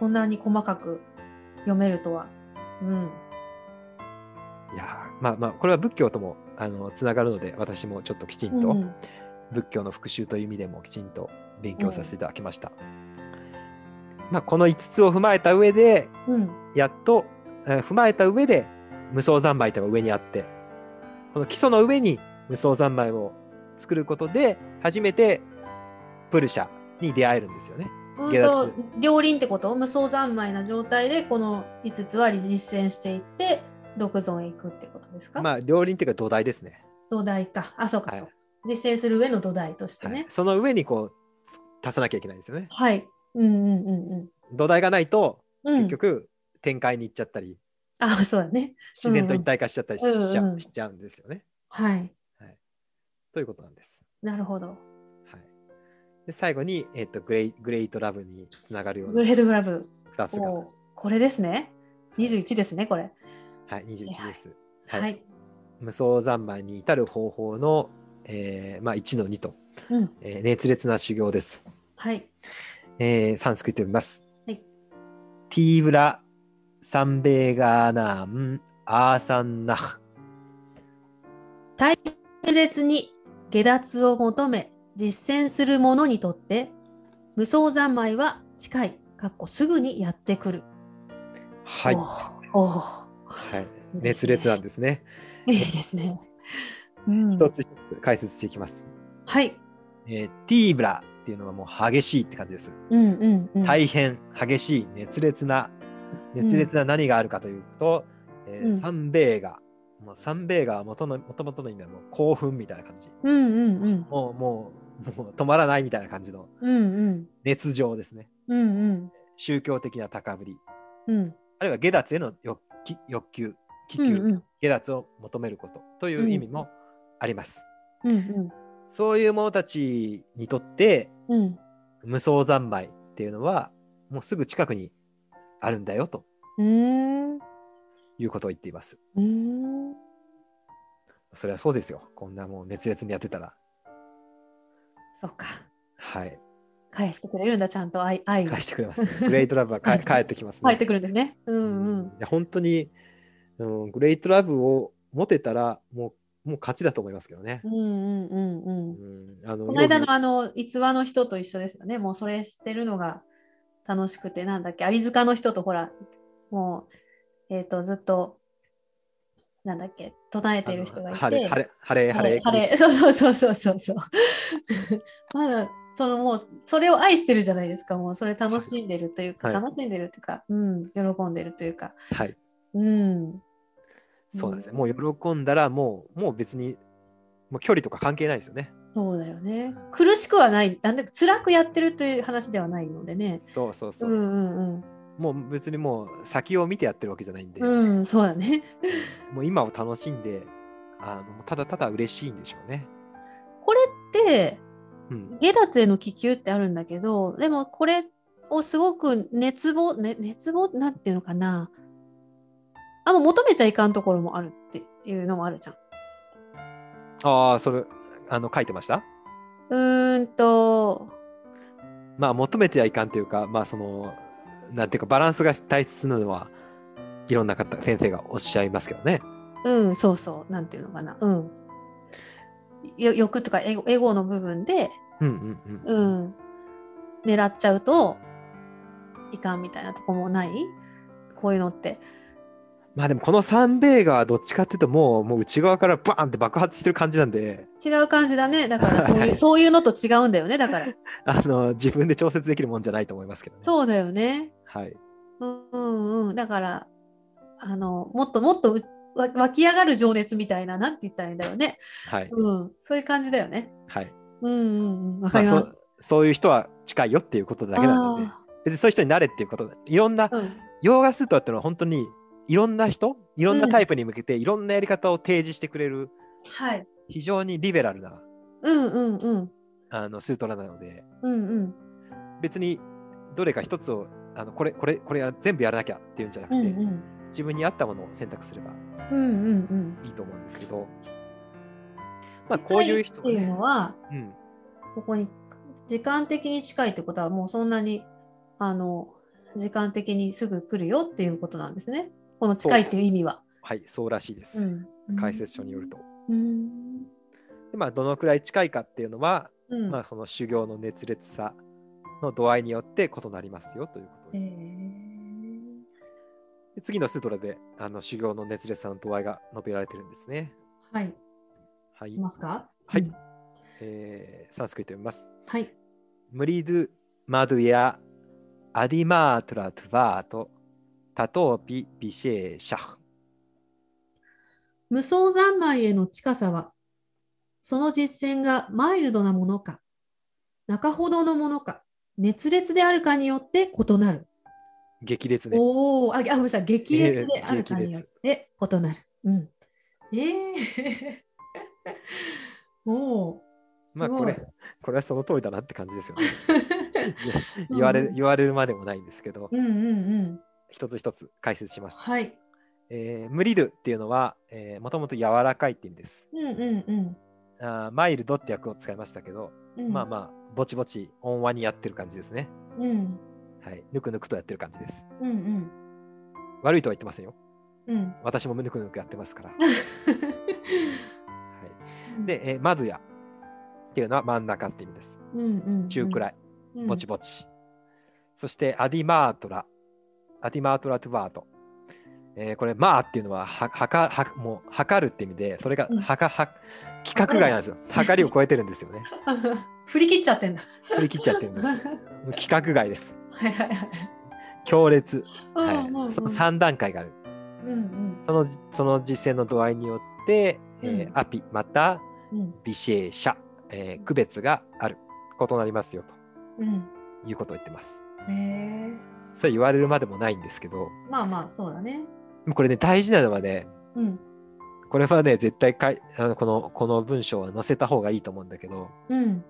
こんなに細かく読めるとは。うん。
いやーまあまあ、これは仏教とも、あの、つながるので、私もちょっときちんと、
うん
仏教の復習という意味でもきちんと勉強させていただきました。まあ、この5つを踏まえた上で、
うん。
やっと、えー踏まえた上で、無双三昧というのが上にあって、この基礎の上に無双三昧を作ることで、初めてプルシャに出会えるんですよね。
うん
下
と
脱
両輪ってこと無双三昧な状態でこの5つは実践していって独尊へ行くってことですか、
まあ、両輪というか土台ですね。
土台かあそうか
はい
そう、実践する上の土台として
はい
ね、
その上にこう、足さなきゃいけないんですよね。
はい、うんうんうん
土台がないと、
うんう
結
ん
局、展開に行っちゃったり、
あそうだね
自然と一体化しちゃったりし,、
うんうん
ち
うんう
ゃ
ん
しちゃうんですよね。
はい
ということなんです。
なるほど
はい、で最後に、えっとグレイグレイトラブにつながるよう
グ
な
レードグラブ
2つが、
おーこれですね21ですねこれ
はい、21です。
はい、
はい無双三昧に至る方法の、えーまあ、1の2と、
うん
えー熱烈な修行です。
はい
えー、サンスクリット読みます。
はい
ティーブラ・サンベーガーナン・アーサンナフ。
対列に下脱を求め実践する者にとって無双三昧は近いかっこすぐにやってくる。
はい
お、ーおー
はい。熱烈なんですね。
いいですね。うん、
一つ一つ解説していきます。
はい。
えーティーブラっていうのはもう激しいって感じです。
うんうんうん。
大変激しい熱烈な熱烈な何があるかというと、えー
うん
サンベーガもうサンベーガは元の元々の意味はもう興奮みたいな感じ
うんうんうん。
もうもうもう止まらないみたいな感じの
うんうん。
熱情ですね
うんうん。
宗教的な高ぶり
うん。
あるいは下脱への欲気欲求気
う
球、
んうん。
下脱を求めることという意味もあります、
うんうん。
そういう者たちにとって
うん
無双三昧っていうのはもうすぐ近くにあるんだよと
うーん。う
いうことを言っています
ーん。
それはそうですよ。こんなもう熱烈にやってたら。
そうか。
はい。
返してくれるんだ、ちゃんと愛愛を。
返してくれます、ね。グレイトラブはか
はい
帰ってきますね。
返ってくるんだね。うんう
い
ん。
や本当に、うん、グレイトラブを持てたら、もう、もう勝ちだと思いますけどね
う。んうんうんうん。
うん、あの
この間
よ
のあの逸話の人と一緒ですよね。もうそれしてるのが楽しくて、なんだっけ、アリ塚の人とほら、もう、えっ、と、ずっと、なんだっけ、唱え
く
てる人がいて、
あの晴れ、晴れ、晴れ、晴れ。
晴れ、そうそうそうそうそう (laughs) そう。まだ、そのもう、それを愛してるじゃないですか、もう、それ楽しんでるというか、
はい
楽しんでるというか、うん、喜んでるというか、
はい。
うん。
そうなんですね。もう喜んだら、もう、もう別に、もう距離とか関係ないですよね。
そうだよね。苦しくはない、なんで辛くやってるという話ではないのでね。
そうそう
う
そう。
んうんうん。
もう別にもう先を見てやってるわけじゃないんで、
うん、そうだね。
もう今を楽しんで、あのただただ嬉しいんでしょうね。
これって
うん。
下脱への気球ってあるんだけどでもこれをすごく熱望、ね、熱望なんていうのかなあもう求めちゃいかんところもあるっていうのもあるじゃん。
ああ、それ、あの、書いてました
うーんと
まあ求めてはいかんというか、まあその、なんていうかバランスが大切なのはいろんな方、先生がおっしゃいますけどね。
うんそうそうなんていうのかなうん。よ欲とかエゴエゴの部分で、
うんうんうん。
うん、狙っちゃうといかんみたいなとこもないこういうのって。
まあでもこの三米がどっちかっていうともう、もう内側からバーンって爆発してる感じなんで、
違う感じだね。だ
(laughs)
からそういうそういうのと違うんだよね。だから。
あの、自分で調節できるもんじゃないと思いますけどね。
そうだよね。
はい。
うんうんうん。だから、あの、もっともっとうわ湧き上がる情熱みたいな、なんて言ったらいいんだろうね。
はい。
うん。そういう感じだよね。
はい。
うんうんうん。わ
ま
か
あ
り
そ
ます。
うそういう人は近いよっていうことだけなので、
あ
別にそういう人になれっていうことだいろんな
ー、うん
ヨーガスートラっていうのは本当にいろんな人、いろんなタイプに向けていろんなやり方を提示してくれる、
はい。
非常にリベラルな
うんうんうん。
あのスートラなので
うんうん。
別にどれか一つをあのこれこれこれは全部やらなきゃっていうんじゃなく
う
て、
んうん。
自分に合ったものを選択すれば
うんうんうん。
いいと思うんですけど、まあ、こういう人
っ
が
ていう
ね
の、は、
うん、
ここに、時間的に近いってことは、もうそんなに、あの、時間的にすぐ来るよっていうことなんですね。この近いっていう意味は。
はいそうらしいです、
うん
解説書によると。
うん。
でまあ、どのくらい近いかっていうのは、
うん
まあ、この修行の熱烈さの度合いによって異なりますよということ
え
でで次のスートラであの修行の熱烈さの度合いが述べられてるんですね。
はい。
はい
いき。ますか
はい
うん
えーサンスクリット読みます。
はい。
ムリドゥ・マドゥヤ・アディマートラ・トゥバート・タトーピ・ビシェー・シャフ。
無双三昧への近さは、その実践がマイルドなものか、中ほどのものか、熱烈であるかによって異なる。
激烈ね。
おお、あ、あごめんなさい、激烈であるか
激烈
によって異なる。うん。え (laughs) えおお。す
ま
ごい
あこれ、これはその通りだなって感じです
(laughs)
よね。言われる
うん
言われるまでもないんですけど、
うんうんうん。
一つ一つ解説します。
はい。
えームリドゥっていうのは、えーもともと柔らかいって意味です。
うんうん
あーマイルドって訳を使いましたけど、
うん。
まあまあ、ぼちぼち、温和にやってる感じですね。
あ。うん
はい。ぬくぬくとやってる感じです。
うんうん
悪いとは言ってませんよ。
うん。
私もぬくぬくやってますから。はい。
うん、
(laughs) で、えーまずやっていうのは真ん中って意味です。
うんうんうん、
中くらい、
うん、
ぼちぼち。そして、アディマートラ、アディマートラ・トゥバート。えーこれ、マーっていうのは、は、はか、は、もう、測るって意味で、それが
うん、
はか、は、規格外なんですよ。測りを超えてるんですよね。
(laughs) 振り切っちゃってんだ。
振り切っちゃって
(laughs)
るんです。もう規格外です。
はいはいはい。
強烈。
うん
は
うんうん
い。その3段階がある。
うん
その、その実践の度合いによって、えー
う
アピ、また、
うん
微生者、えー区別がある。異なりますよ、
うん
ということを言ってます。
うん。へえ。
それ言われるまでもないんですけど、
まあまあそうだね。
これね、大事なのはね、
うん
これはね、絶対かいあのこの、この文章は載せた方がいいと思うんだけど、
うん。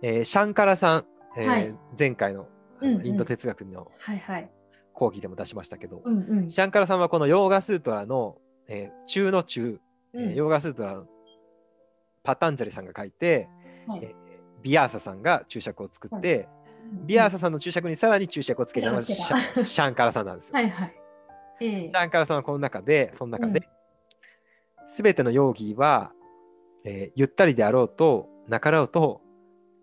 えーシャンカラさん、えー
はい
前回のあ
うんう
の
ん
インド哲学の
はいはい。
講義でも出しましたけど、
うんうん。
シャンカラさんはこのヨーガスートラの、えー中の中、えー
うん
ヨーガスートラのパタンジャリさんが書いて、
はい
えービアーサさんが注釈を作って、ビアーサさんの注釈にさらに注釈をつけたのが
注
シ
釈をつけ
ャ
た
シャンカラさんなんですよ。
はいはい。ええ
シャンカラさんはこの中で、その中で、すべ、てのヨーギーは、えーゆったりであろうと、なかろうと、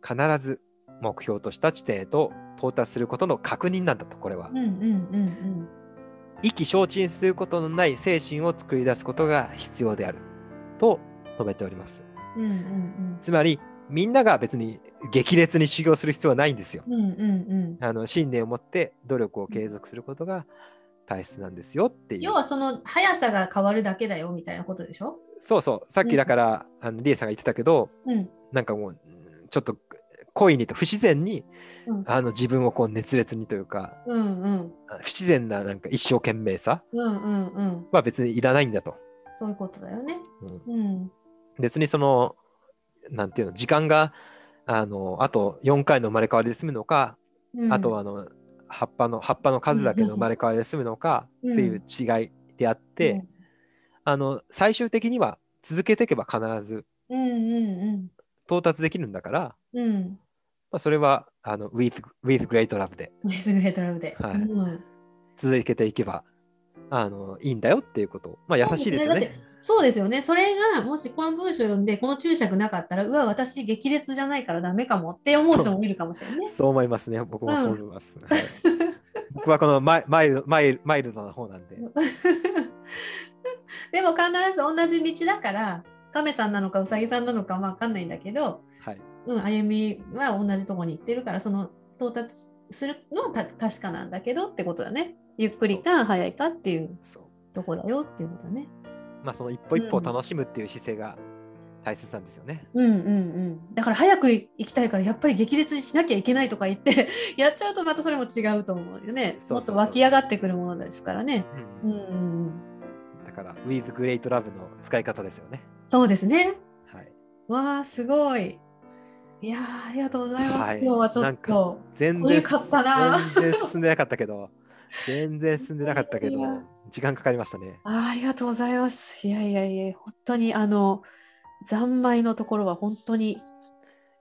必ず目標とした地点へと到達することの確認なんだと、これは
うん。うんうんうん。
意気消沈することのない精神を作り出すことが必要である。と述べております。
うんうん
つまり、みんなが別に激烈に修行する必要はないんですよ。
うん。うんうんうん。
あの信念を持って努力を継続することが大切なんですよっていう
要。はその速さが変わるだけだよみたいなことでしょ
そうそう。さっきだから、あのリエさんが言ってたけど、
うん。
なんかもううんちょっと故意にと不自然に、
うん
あの自分をこう熱烈にというか
うんうん。
あ不自然ななんか一生懸命さ
うんうんうん。
は別にいらないんだと、
そういうことだよね。
うん
うん。
別にそのなんていうの時間があのあと4回の生まれ変わりで済むのか、
うん、
あとはあの葉っぱの葉っぱの数だけの生まれ変わりで済むのかって
うん
いう違いであって、
うん
あの最終的には続けていけば必ず
うんうん
到達できるんだから、
うん。うん。
まあ、それはあの with, with great love で
ウィズグレートラブで。
はい
うん
続けていけばあのいいんだよっていうことまあ優しいです
そ
よ
うです
ね。
そうですよね。それが、もしこの文章を読んで、この注釈なかったら、うわ、私、激烈じゃないからダメかもって思う人もいるかもしれないね。
そう思いますね。僕もそう思います。はい (laughs) 僕はこのマイマイルドマイルマイルドな方なんで。
でも必ず同じ道だから、亀さんなのか、うさぎさんなのかわかんないんだけど、
はい。
うん、歩みは同じとこに行ってるから、その到達するのはた確かなんだけどってことだね。ゆっくりか早いかっていう
そう。
とこだよっていうことだね。
まあその一歩一歩を楽しむっていう姿勢が大切なんですよね。
うんうんうん、だから早く行きたいからやっぱり激烈にしなきゃいけないとか言って (laughs) やっちゃうとまたそれも違うと思うよね
そうそうそう
もっと湧き上がってくるものですからね、
う
うんんうんうん、
だから with great love の使い方ですよね。
そうですね
はい。
わあすごいいやーありがとうございます、
はい
今日はちょ
な
っ
んか
と
全
こうい
然
うかったな
全然進んでなかったけど、全然進んでなかったけど
いや、
時間かかりましたね。
あーありがとうございますいやいやいや本当にあの残米のところは本当に
い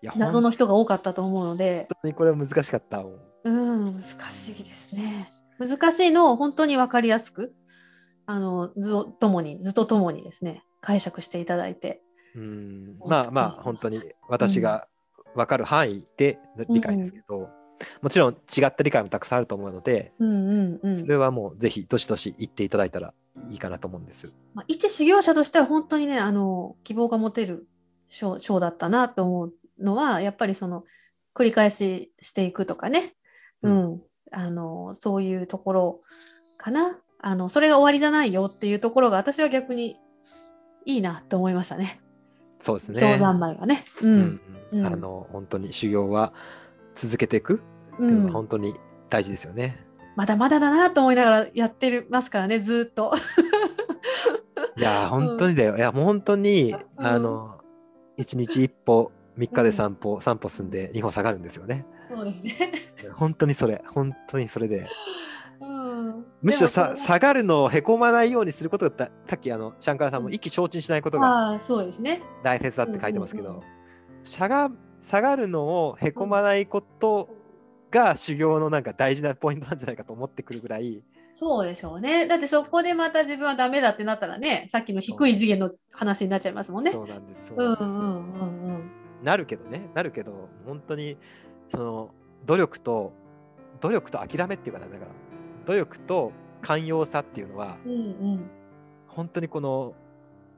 や、
謎の
本
人が多かったと思うので
当にこれは難しかった。もう
うん、難しいですね。難しいのを本当に分かりやすく、あの、ずっともに、ずっとともにですね、解釈していただいて。
うん
お
まあ
す
まあ
す
本当に私が分かる範囲で理解ですけど、もちろん違った理解もたくさんあると思うので、
うんうんう
そ
ん
れはもうぜひどしどし言っていただいたらいいかなと思うんです。
まあ、一修行者としては本当にねあの希望が持てる章章だったなと思うのはやっぱりその繰り返ししていくとかね、うんあのそういうところかなあのそれが終わりじゃないよっていうところが私は逆にいいなと思いましたね
そうですね。
氷山丸がね。う
うんん
うん
あの本当に修行は続けていく、
う
のは
ん
本当に大事ですよ
(laughs)
ね。
まだまだだなと思いながらやってるますからねずーっと。
いやー本当にだよ。いやもう本当に、
うん
あの一日一歩3日
う
で
ん
散歩、三歩進んで2歩下がるんですよね。
そうですね。
本当にそれ本当にそれで
うん、
むしろ
で
さ
も
下がるのをへこまないようにすることだったさっきあのシャンカラさんも
うん
意気消沈しないことが
ああそうですね。
大切だって書いてますけど、
うんうん
下が下がるのをへこまないことが修行のなんか大事なポイントなんじゃないかと思ってくるぐらい、
そうでしょうね。だってそこでまた自分はダメだってなったらね、さっきの低い次元の話になっちゃいますもんね。
そうなんですそう
う
なんんで
う
す、
んうんうん。
なるけどねなるけど本当にその努力と努力と諦めっていうかなだから努力と寛容さっていうのは
うんうん
本当にこの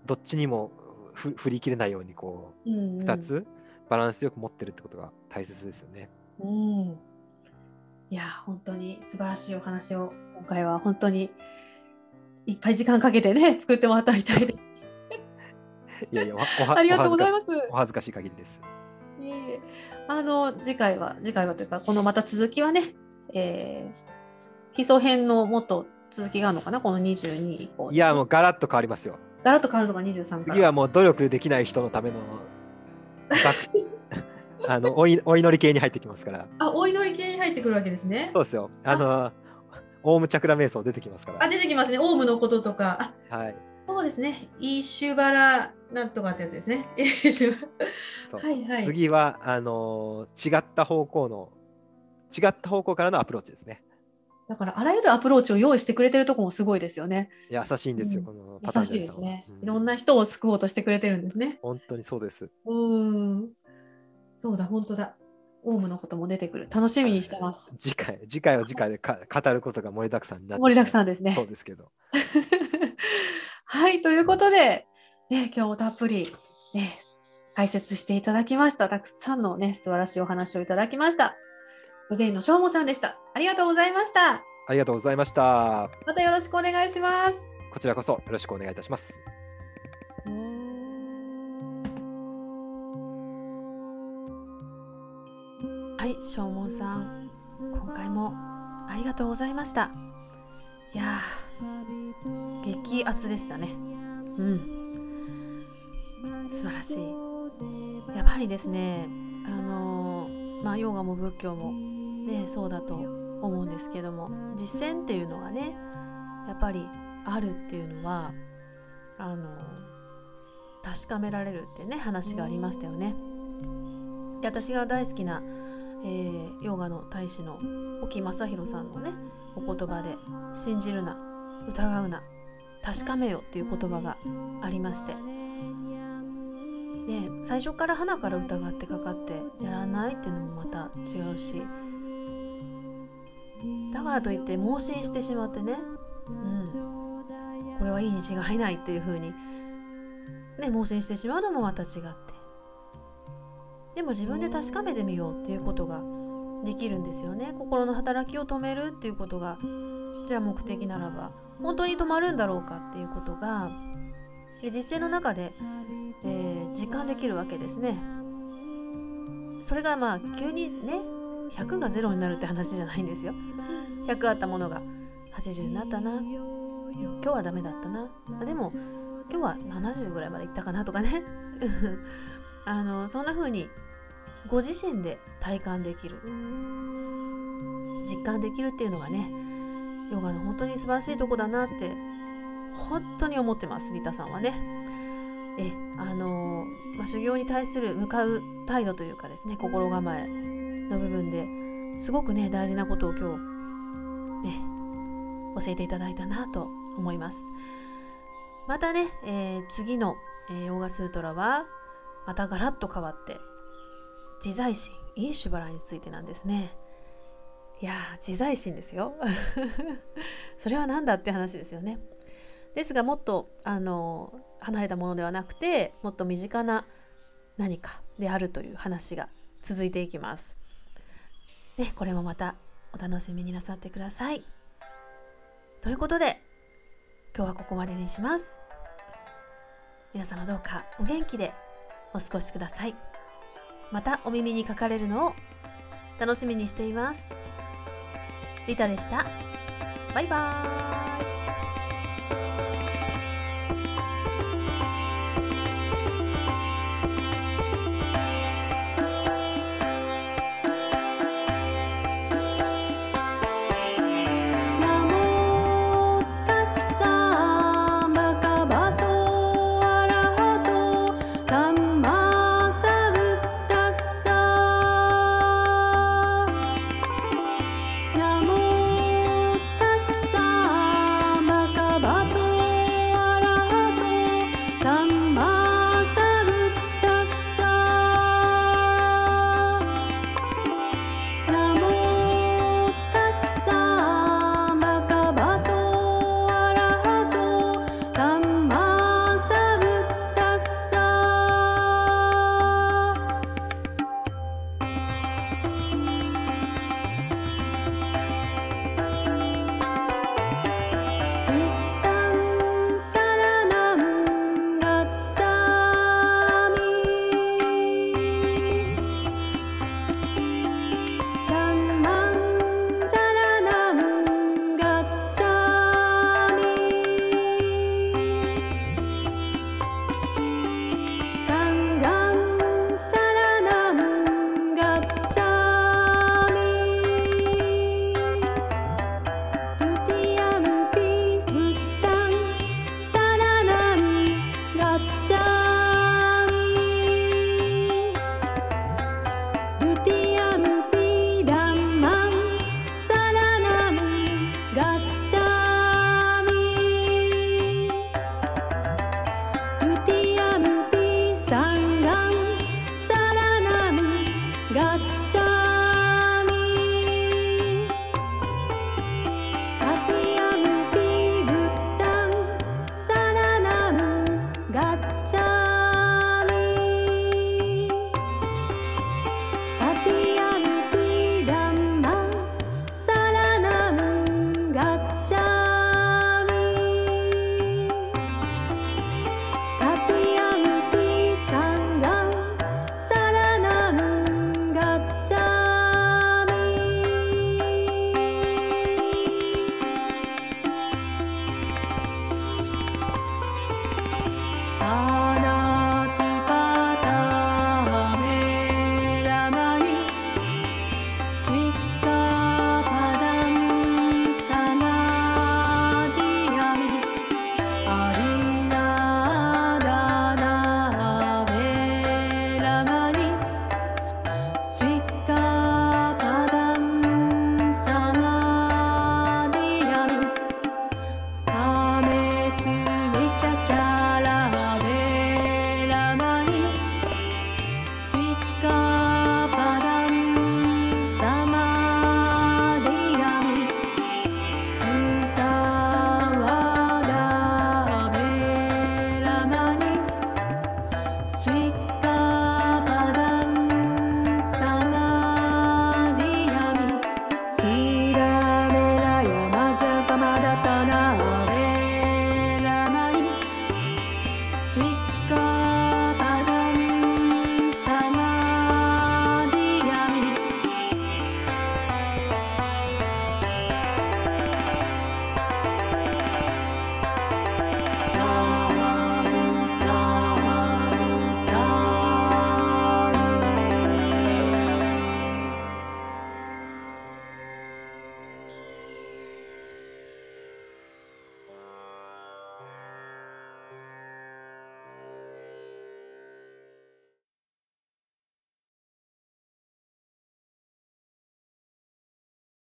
どっちにもふ振り切れないようにこ
うんうん。
う2。つバランスよく持ってるってことが大切ですよね。
うん。いや、本当に素晴らしいお話を、今回は本当にいっぱい時間かけてね、 (laughs) 作ってもらったみたいで。
いやいや、わお
(laughs)
は
ありがとうござい
お恥ずかし
ます。
お恥ずかしい限りです。
いえいえあの次回は次回はというかこのまた続きはね、えー、基礎編のもっと続きがあるのかなこの22以降
いや、もうガラッと変わりますよ。
ガラッと変わるのが23から
次はもう努力できない人のための
(laughs)
バあのおいお祈り系に入ってきますから。
あお祈り系に入ってくるわけですね
そうですよ。あの、オウムチャクラ瞑想出てきますか
あ出てきますねオウムのこととかあ
ら。はい。
そうですねイシュバラなんとかってやつですね (laughs) イシュバ
そう
はいはい
次は、あの、違った方向の、違った方向からのアプローチですね。
だからあらゆるアプローチを用意してくれてるとこもすごいですよね
いや優しいんですよ、
うん
このパタ
優
ーン
しいですね、
ジャニーさん
ろ
はい
ん。な人を救おうとしてくれてるんですね
本当にそうです。
うーん。そうだ、本当だ。オウムのことも出てくる。楽しみにしてます。
次回、次回は次回でか語ることが盛りだくさんになってしま
盛
う
りだくさんですね。
そうですけど。
(laughs) はい、ということで、ね、今日もたっぷり、ね、解説していただきました。たくさんのね、素晴らしいお話をいただきました。ご善意のしょうもさんでした。ありがとうございました。
ありがとうございました。
またよろしくお願いします。
こちらこそよろしくお願いいたします。
はい、しょうもんさん、今回もありがとうございました。いやー、激アツでしたね。うん。素晴らしい。やっぱりですね、あのーまあ、ヨガも仏教もね、そうだと思うんですけども、実践っていうのがね、やっぱりあるっていうのは、あのー確かめられるってね、話がありましたよね。で私が大好きなえーヨガの大使の沖正弘さんのねお言葉で「信じるな疑うな確かめよ」っていう言葉がありまして、ね、最初から花から疑ってかかってやらないっていうのもまた違うしだからといって盲信してしまってね、うん、これはいいに違いないっていう風にね盲信してしまうのもまた違ってでも自分で確かめてみようっていうことができるんですよね心の働きを止めるっていうことがじゃあ目的ならば本当に止まるんだろうかっていうことがで実践の中で、えー実感できるわけですねそれがまあ急にね100が0になるって話じゃないんですよ100あったものが80になったな今日はダメだったなあでも今日は70ぐらいまでいったかなとかね (laughs) あのそんな風にご自身で体感できる実感できるっていうのがねヨガの本当に素晴らしいとこだなって本当に思ってますリタさんはねえあのまあ、修行に対する向かう態度というかですね心構えの部分ですごくね大事なことを今日ね教えていただいたなと思いますまたね、えー次の、えーヨガスートラはまたガラッと変わって自在心イーシュバラについてなんですね
いやー自在心ですよ (laughs) それは何だって話ですよねですがもっとあの離れたものではなくてもっと身近な何かであるという話が続いていきます、ね、これもまたお楽しみになさってくださいということで今日はここまでにします皆様どうかお元気でお過ごしくださいまたお耳にかかれるのを楽しみにしていますリタでしたバイバーイ